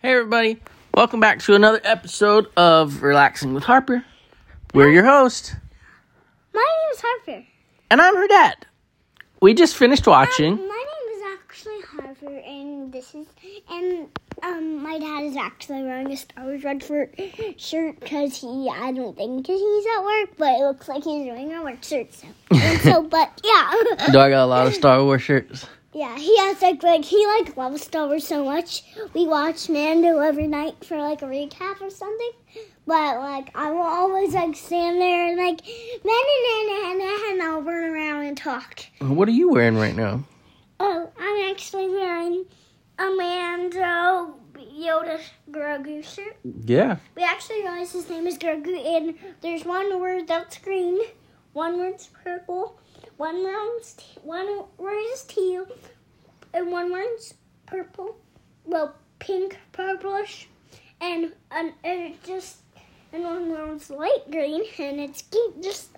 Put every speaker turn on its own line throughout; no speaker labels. Hey, everybody. Welcome back to another episode of Relaxing with Harper. We're your host,
My name is Harper.
and I'm her dad. We just finished watching.
My name is actually Harper, and this is and um my dad is actually wearing a Star Wars red fur shirt because he I don't think he's at work, but it looks like he's wearing a work shirt. So, and so but yeah,
Do I got a lot of Star Wars shirts?
yeah, he has like like he like loves Star Wars so much. We watch Mando every night for like a recap or something. But like I will always like stand there and like and and I'll run around and talk.
What are you wearing right now?
Oh, I'm actually wearing a Mando Yoda Grogu shirt.
Yeah.
We actually realized his name is Grogu, and there's one word that's green, one word's purple, one word's t- one word is teal, and one word's purple. Well, pink, purplish, and and, and it just and one word's light green, and it's cute. Just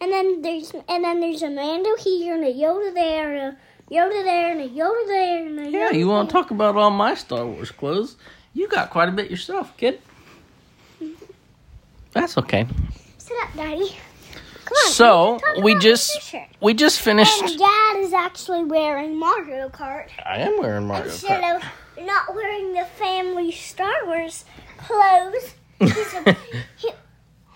and then there's and then there's a Mando here and a Yoda there. And a, Yoda there and a Yoda there and a Yoda
Yeah, you want to
there.
talk about all my Star Wars clothes? You got quite a bit yourself, kid. That's okay.
Sit up, Daddy. Come on.
So,
talk
we
about your
just-
shirt.
We just
And
finished.
Dad is actually wearing Mario Kart
I am wearing Mario
instead
Kart.
of not wearing the family Star Wars clothes. He's a- he-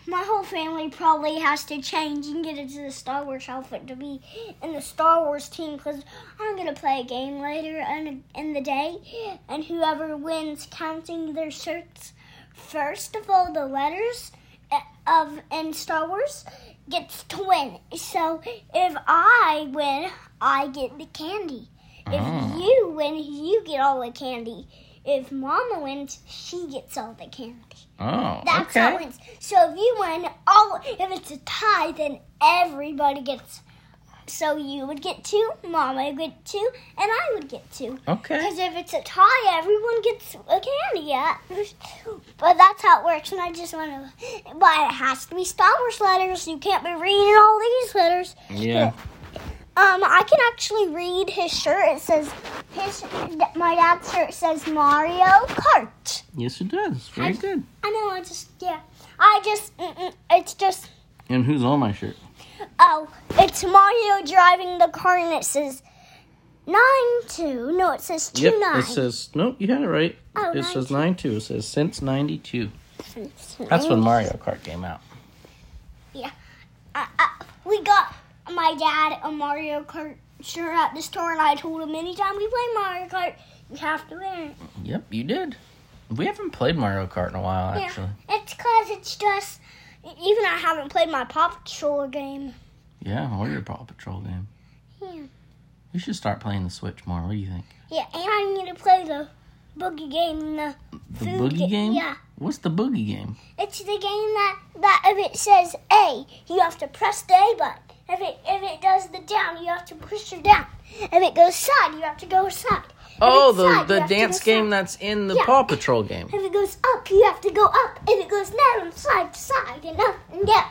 my whole family probably has to change and get into the Star Wars outfit to be in the Star Wars team because I'm gonna play a game later in, in the day, and whoever wins counting their shirts first of all the letters eh, of in Star Wars gets to win. So if I win, I get the candy. If you win, you get all the candy. If Mama wins, she gets all the candy.
Oh,
That's how it
okay.
wins. So if you win, all if it's a tie, then everybody gets. So you would get two, Mama would get two, and I would get two.
Okay.
Because if it's a tie, everyone gets a candy. Yeah. But that's how it works, and I just want to. But it has to be Star Wars letters. You can't be reading all these letters.
Yeah.
Um, I can actually read his shirt. It says, his, my dad's shirt says Mario Kart.
Yes, it does. Very good.
I know, I just, yeah. I just, mm-mm, it's just,
And who's on my shirt?
oh, it's Mario driving the car, and it says 9 2. No, it says 2
Yep,
9.
it says no. You had it right.
Oh,
it says
92.
nine two. It says since ninety two. That's when Mario Kart came out.
I, I, Uh, we got my dad a Mario Kart shirt at the store, and I told him anytime we play Mario Kart, you have to wear it.
Yep, you did. We haven't played Mario Kart in a while, actually.
Yeah, it's because it's just, even I haven't played my Paw Patrol game.
Yeah, or your Paw Patrol game.
Yeah.
You should start playing the Switch more. What do you think?
Yeah, and I need to play the boogie game and the
The
Food
boogie
ga-
game?
yeah.
What's the boogie game?
It's the game that, that if it says A, you have to press the A button. If it if it does the down, you have to push her down. If it goes side, you have to go side. If
Oh,
it's
the
side, you
the
have to go
dance
side.
game that's in the
Yeah.
Paw Patrol game.
If it goes up, you have to go up. If it goes down, side to side, and up and down,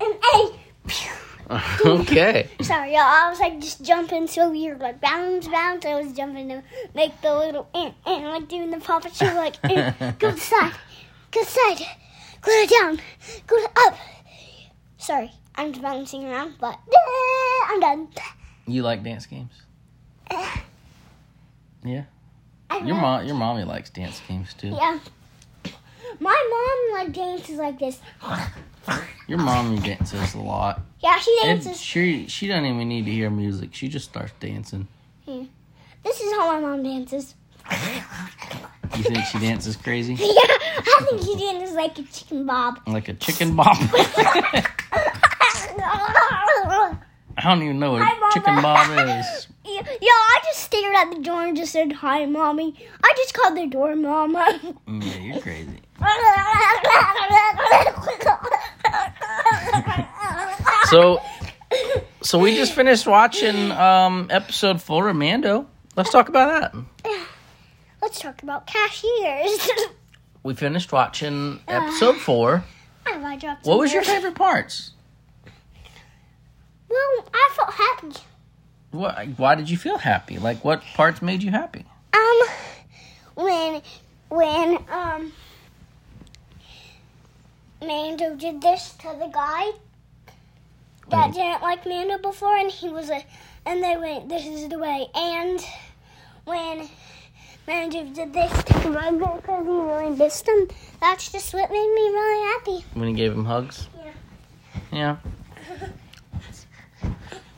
and A. Phew.
okay.
Sorry, y'all. I was like just jumping so weird, like bounce, bounce. I was jumping to make the little eh, eh, like doing the puppet show, like eh, go to the side, go to the side, go to down, go to up. Sorry, I'm just bouncing around, but eh, I'm done.
You like dance games? Yeah.
I'm
Your
done.
mom your mommy likes dance games too.
Yeah. My mom like dances like this.
Your mommy dances a lot.
Yeah, she
It,
dances.
she she doesn't even need to hear music. She just starts dancing.
This is how my mom dances.
You think she dances crazy?
Yeah, I think she dances like a chicken bob.
Like a chicken bob. I don't even know what
Hi, Mama.
a chicken bob is.
Yo, yo, I just stared at the door and just said, Hi, mommy. I just called the door, mama.
Yeah, you're crazy. So so we just finished watching um episode four of Mando. Let's talk about that.
Let's talk about cashiers.
We finished watching episode four.
Have I dropped
What
some
was your
words?
favorite parts?
Well, I felt happy.
What, why did you feel happy? Like what parts made you happy?
Um, when when um Mando did this to the guy that
Mm.
didn't like Mando before, and he was a, and they went, "This is the way." And when Mando did this to Grogu because he really missed him, that's just what made me really happy.
When he gave him hugs? Yeah.
Yeah.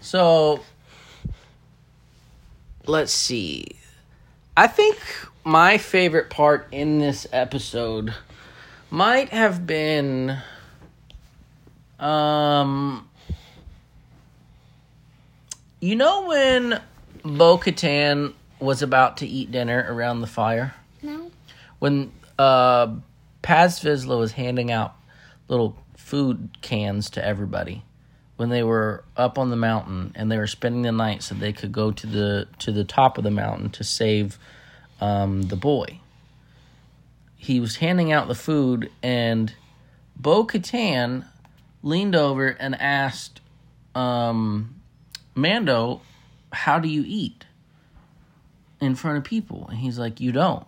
So, let's see. I think my favorite part in this episode might have been um you know when Bo Katan was about to eat dinner around the fire?
No,
when uh, Paz Vizsla was handing out little food cans to everybody when they were up on the mountain and they were spending the night so they could go to the to the top of the mountain to save um, the boy. He was handing out the food and Bo Katan leaned over and asked um, Mando, How do you eat? in front of people. And he's like, You don't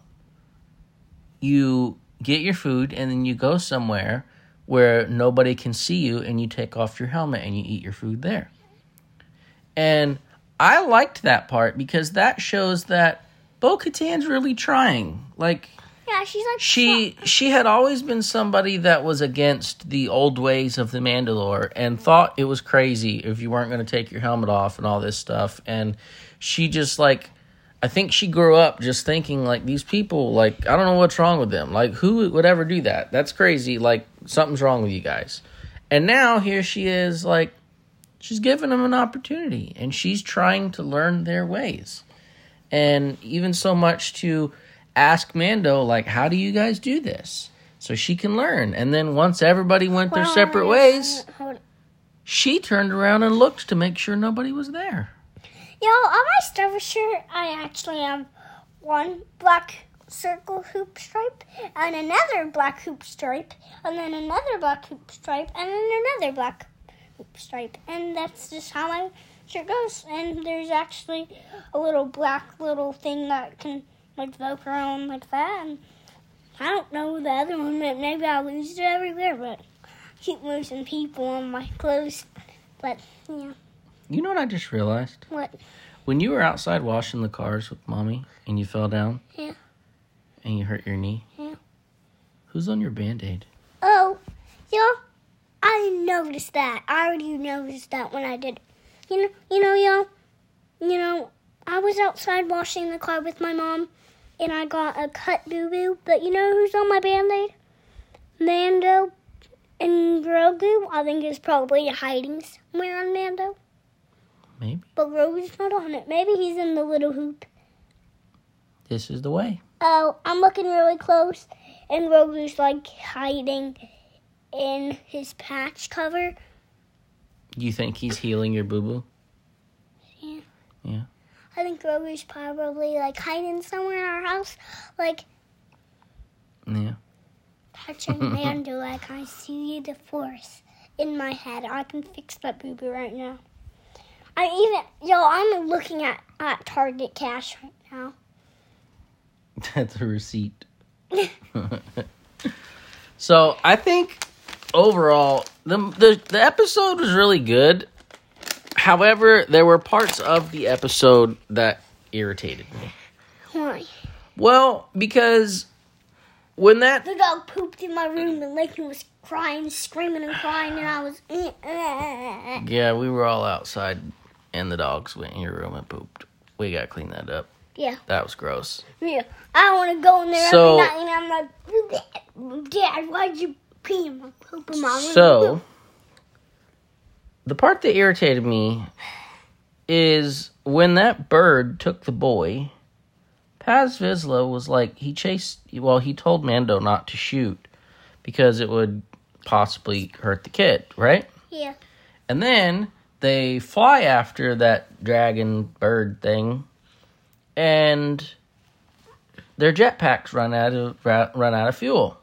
you get your food and then you go somewhere where nobody can see you and you take off your helmet and you eat your food there. And I liked that part because that shows that Bo Katan's really trying. Like
yeah, she's like
she she had always been somebody that was against the old ways of the Mandalore and thought it was crazy if you weren't going to take your helmet off and all this stuff and she just like I think she grew up just thinking like these people like I don't know what's wrong with them like who would ever do that that's crazy like something's wrong with you guys and now here she is like she's giving them an opportunity and she's trying to learn their ways and even so much to ask Mando, like, how do you guys do this? So she can learn. And then once everybody went their
Well,
separate ways,
hold on.
she turned around and looked to make sure nobody was there.
Yo, on my starboard shirt, I actually have one black circle hoop stripe, and another black hoop stripe, and then another black hoop stripe, and then another black hoop stripe. And that's just how my shirt goes. And there's actually a little black little thing that can like vote around like that. And I don't know the other one, but maybe I'll lose it everywhere, but keep losing people on my clothes. But yeah,
You know what I just realized?
what?
When you were outside washing the cars with mommy and you fell down
Yeah.
and you hurt your knee,
Yeah.
who's on your band aid?
Oh, y'all, I noticed that. I already noticed that when I did. You know, you know, y'all, you know, I was outside washing the car with my mom, and I got a cut boo boo. But you know who's on my band aid? Mando and Grogu. I think is probably hiding somewhere on Mando,
Maybe.
but Grogu's not on it. Maybe he's in the little hoop.
This is the way.
Oh, I'm looking really close, and Grogu's like hiding in his patch cover.
You think he's healing your boo boo?
I think Grogu's probably like hiding somewhere in our house, like
Yeah.
touching Mando, like I see the force in my head. I can fix that boo boo right now. I even yo, I'm looking at at Target cash right now.
That's a receipt. so I think overall the, the the episode was really good. However, there were parts of the episode that irritated me.
Why?
Well, because when that
The dog pooped in my room and Lincoln was crying, screaming and crying, and I was. "Eh, eh, eh, eh."
yeah, we were all outside and the dogs went in your room and pooped. We got to clean that up.
Yeah,
That was gross.
yeah. I want to go in there
So-
every night, and I'm like, Dad, why'd you pee in my poop in my room?
So, the part that irritated me is when that bird took the boy, Paz Vizsla was like, he chased, well, he told Mando not to shoot because it would possibly hurt the kid, right?
yeah.
And then they fly after that dragon bird thing, and their jetpacks run out of ra- run out of fuel.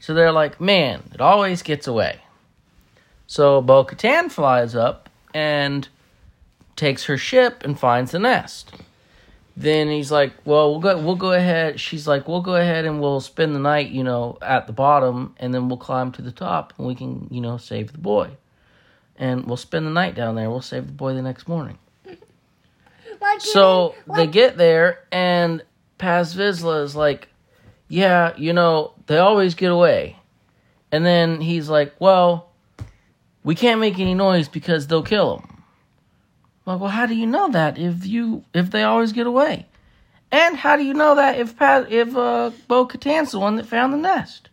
So they're like, "Man, it always gets away." So Bo Katan flies up and takes her ship and finds the nest. then he's like, "Well, we'll go. We'll go ahead." She's like, "We'll go ahead and we'll spend the night, you know, at the bottom, and then we'll climb to the top, and we can, you know, save the boy, and we'll spend the night down there. We'll save the boy the next morning."
Like
So
you-
they
like,
get there, and Paz Vizsla is like, "Yeah, you know, they always get away." And then he's like, "Well, we can't make any noise because they'll kill them." Like, well, how do you know that if you if they always get away? And how do you know that if Paz, if uh, Bo Katan's the one that found the nest?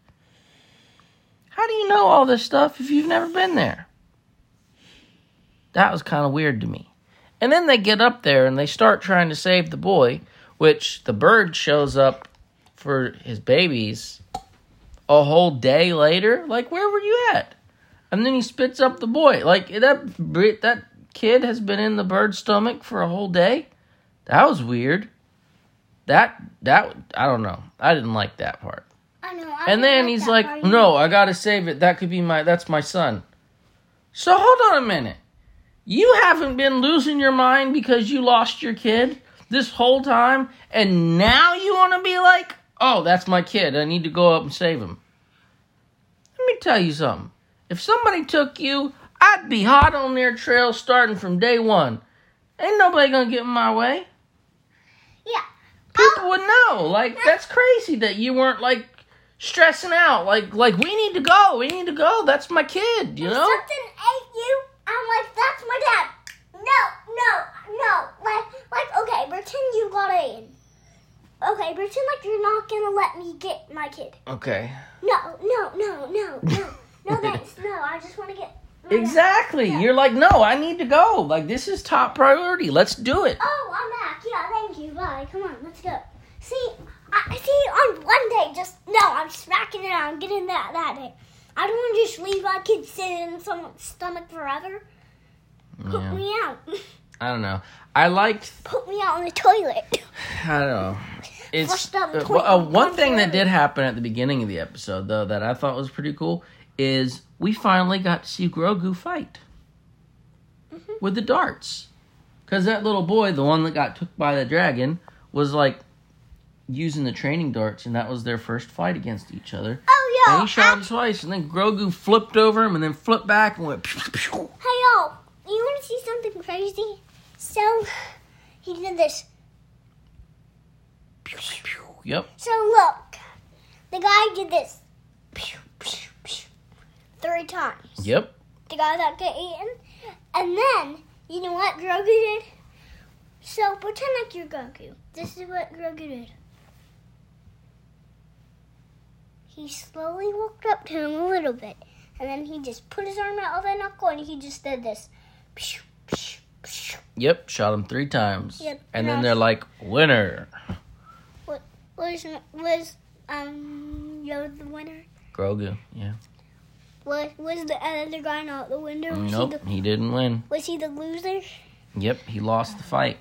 How do you know all this stuff if you've never been there? That was kind of weird to me. And then they get up there and they start trying to save the boy, which the bird shows up for his babies a whole day later. Like, where were you at? And then he spits up the boy. Like that bri- that kid has been in the bird's stomach for a whole day. That was weird. That that I don't know. I didn't like that part.
I know, I
And then
like
he's
that
like,
part.
"No, I gotta save it. That could be my. That's my son." So hold on a minute. You haven't been losing your mind because you lost your kid this whole time, and now you want to be like, "Oh, that's my kid. I need to go up and save him." Let me tell you something. If somebody took you, I'd be hot on their trail starting from day one. Ain't nobody gonna get in my way.
Yeah.
People would know. Like that's crazy that you weren't like stressing out. Like like we need to go. We need to go. That's my kid. You
If
know.
something ate you, I'm like, that's my dad. No, no, no. Like, like, okay, pretend you got in. Okay, pretend like you're not gonna let me get my kid.
Okay.
No, no, no, no, no, no. Thanks. No, I just want to get. my dad.
Exactly.
Yeah.
You're like, no, I need to go. Like this is top priority. Let's do it.
Oh, I'm back. Yeah, thank you. Bye. Come on, let's go. See, I I see on one day just no, I'm smacking it. I'm getting that that day. I don't want to just leave my kid sitting in someone's stomach forever. Uh, Put
Yeah.
me out.
I don't know. I liked.
Put me out in the toilet.
I don't know. It's
Flushed out
uh,
the
well, uh,
toilet.
one thing that did happen at the beginning of the episode though that I thought was pretty cool is we finally got to see Grogu fight
Mm-hmm.
with the darts. Cuz that little boy, the one that got took by the dragon, was like using the training darts and that was their first fight against each other.
Oh
And
yeah.
he shot him twice and then Grogu flipped over him and then flipped back and went pew, pew, pew.
Hey y'all, you want to see something crazy? So he did this.
Yep.
So look, the guy did this three times.
Yep.
the guy that got eaten. And then, you know what Grogu did? So pretend like you're Grogu. This is what Grogu did. He slowly walked up to him a little bit, and then he just put his arm out of the knuckle and he just did this. Pshh, pshh, pshh.
Yep, shot him 3 times.
Yep,
and then
nice.
they're like, "Winner,
Was was um Yoda the winner?
Grogu." Yeah.
Was was the other guy not the winner? Was, he,
Nope,
the,
he didn't win.
was he the loser?
Yep, he lost the fight.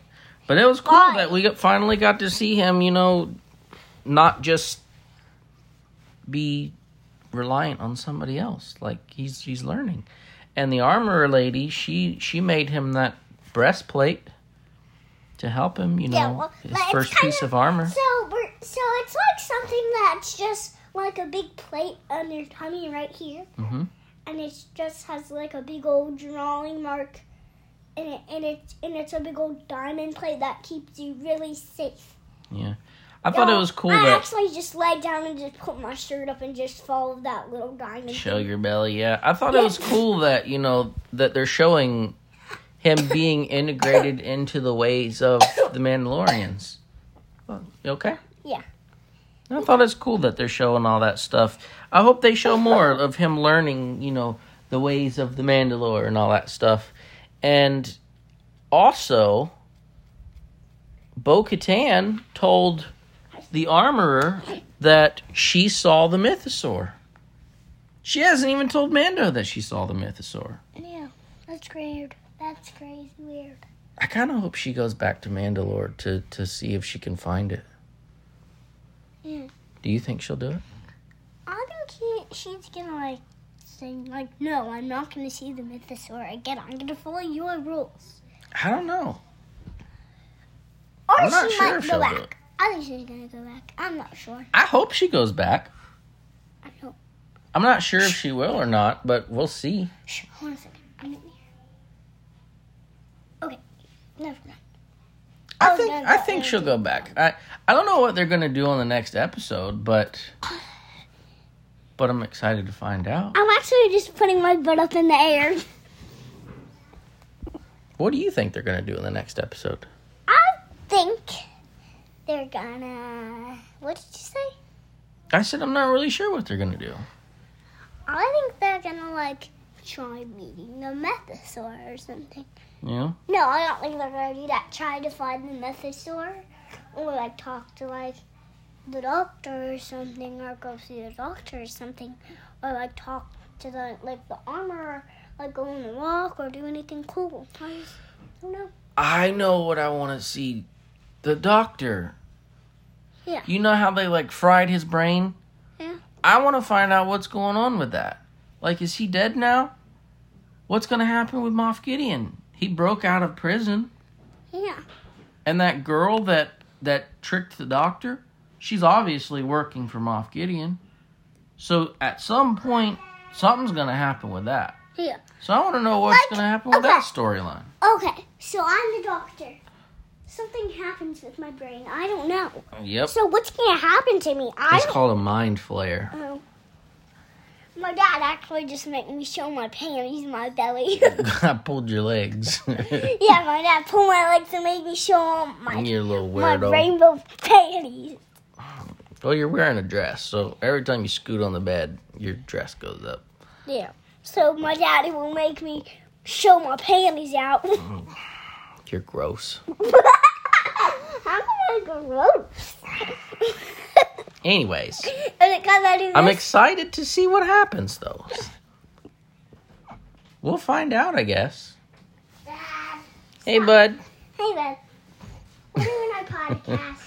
But it was cool
Why?
that we got, finally got to see him, you know, not just be reliant on somebody else. Like he's he's learning. And the armorer lady, she she made him that breastplate to help him, you know,
Yeah, well,
his
but it's
first
kind
piece
of-
of armor.
So, we're- so it's like something that's just like a big plate on your tummy right here,
Mhm.
and it just has like a big old drawing mark, and it and it and it's a big old diamond plate that keeps you really safe.
I thought it
Y'all,
was cool
I
that
actually just laid down and just put my shirt up and just followed that little diamond.
Show your belly, yeah. I thought it
Yeah.
was cool that you know that they're showing him being integrated into the ways of the Mandalorians. Well, you okay?
Yeah.
I thought it's cool that they're showing all that stuff. I hope they show more of him learning, you know, the ways of the Mandalore and all that stuff. And also, Bo Katan told the armorer that she saw the mythosaur. She hasn't even told Mando that she saw the mythosaur.
Yeah, that's weird. That's crazy weird.
I kind of hope she goes back to Mandalore to, to see if she can find it.
Yeah.
Do you think she'll do it?
I think he, she's gonna like say like, no, I'm not gonna see the mythosaur again. I'm gonna follow your rules.
I don't know.
Or
I'm
she
not sure
might
if
go
she'll do it.
back. I think she's gonna go back. I'm not sure.
I hope she goes back.
I don't.
I'm not sure if she will or not, but we'll see.
Shh, hold on a second. I'm in here. Okay. Never mind. I
I
was
think
gonna
I
go
think
in.
she'll go back. I I don't know what they're gonna do on the next episode, but but I'm excited to find out.
I'm actually just putting my butt up in the air.
What do you think they're gonna do in the next episode?
I think they're gonna. What did you say?
I said I'm not really sure what they're gonna do.
I think they're gonna like try meeting the methosaur or something.
You know?
No, I don't think they're gonna do that. Try to find the methosaur, or like talk to like the doctor or something, or go see the doctor or something, or like talk to the like the armor, like go on a walk or do anything cool. I just don't know.
I know what I want to see. The doctor.
Yeah.
You know how they like fried his brain?
Yeah.
I want to find out what's going on with that. Like, is he dead now? What's gonna happen with Moff Gideon? He broke out of prison.
Yeah.
And that girl that that tricked the doctor, she's obviously working for Moff Gideon. So at some point, something's gonna happen with that.
Yeah.
So I want to know what's
Like,
gonna happen with
okay.
that storyline.
Okay, so I'm the doctor. Something happens with my brain. I don't know.
Yep.
So what's gonna happen to me? I
It's
don't
called a mind flare.
know. My dad actually just made me show my panties in my belly.
I pulled your legs.
yeah, my dad pulled my legs and made me show 'em my
you little
my
weirdo.
rainbow panties.
Well, you're wearing a dress, so every time you scoot on the bed, your dress goes up.
Yeah. So my daddy will make me show my panties out.
You're gross.
I'm gonna go gross.
Anyways,
Is it because I do this?
I'm excited to see what happens, though. We'll find out, I guess.
Dad.
Hey, bud.
Hey, Beth. We're doing our podcast.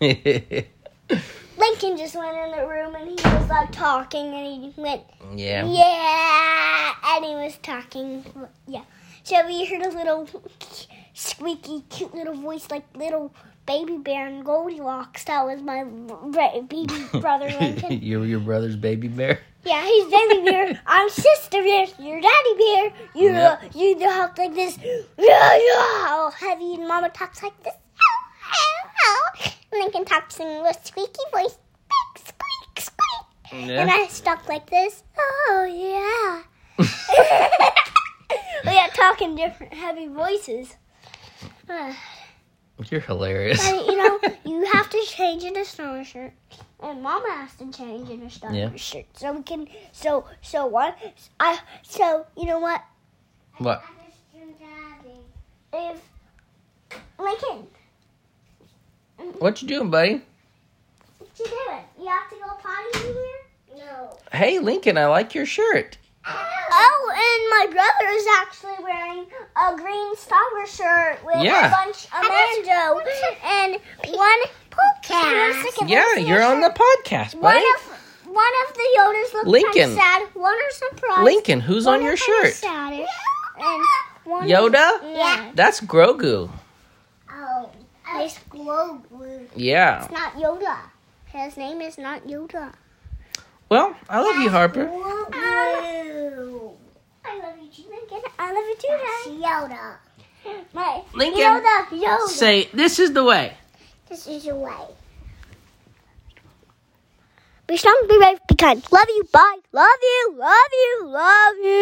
Yeah. Lincoln just went in the room and he was like talking and he went,
yeah.
yeah. And he was talking. Yeah. So we heard a little squeaky, cute little voice like little baby bear and Goldilocks. That was my ra- baby brother, Lincoln.
You're your brother's baby bear.
Yeah, he's baby bear. I'm sister bear. You're daddy bear. You
Yep.
know, you know how like this. Yeah, yeah. All heavy and mama talks like this. Lincoln talks in a little squeaky voice. Squeak, squeak, squeak. And I stuck like this. Oh yeah. we are talking different heavy voices. Uh,
You're hilarious.
but, you know, you have to change into snow shirt, and Mama has to change into snow
Yeah.
shirt, so we can. So so what? I so you know what?
what?
If Lincoln,
What you doing, buddy?
what you doing? You have to go potty in here? No.
Hey, Lincoln, I like your shirt.
Oh, and my brother is actually wearing a green Star shirt with
Yeah.
a bunch of banjo and one podcast.
Yeah, you're on the podcast,
One
buddy.
of one of the Yodas look
Lincoln.
kinda sad. One are surprised.
Lincoln, who's
one
on your
are kinda
shirt?
saddish, and one is-
Yoda?
Yeah.
That's Grogu.
Oh, it's Grogu.
Yeah.
Not Yoda. His name is not Yoda. Um,
Well, I love you, Harper.
Grogu. I love you too, Lincoln. I love you too, Yoda. My
Lincoln,
Yoda. Yoda.
Say, this is the way.
This is your way. Be strong, be brave, be kind. Love you. Bye. Love you. Love you. Love you.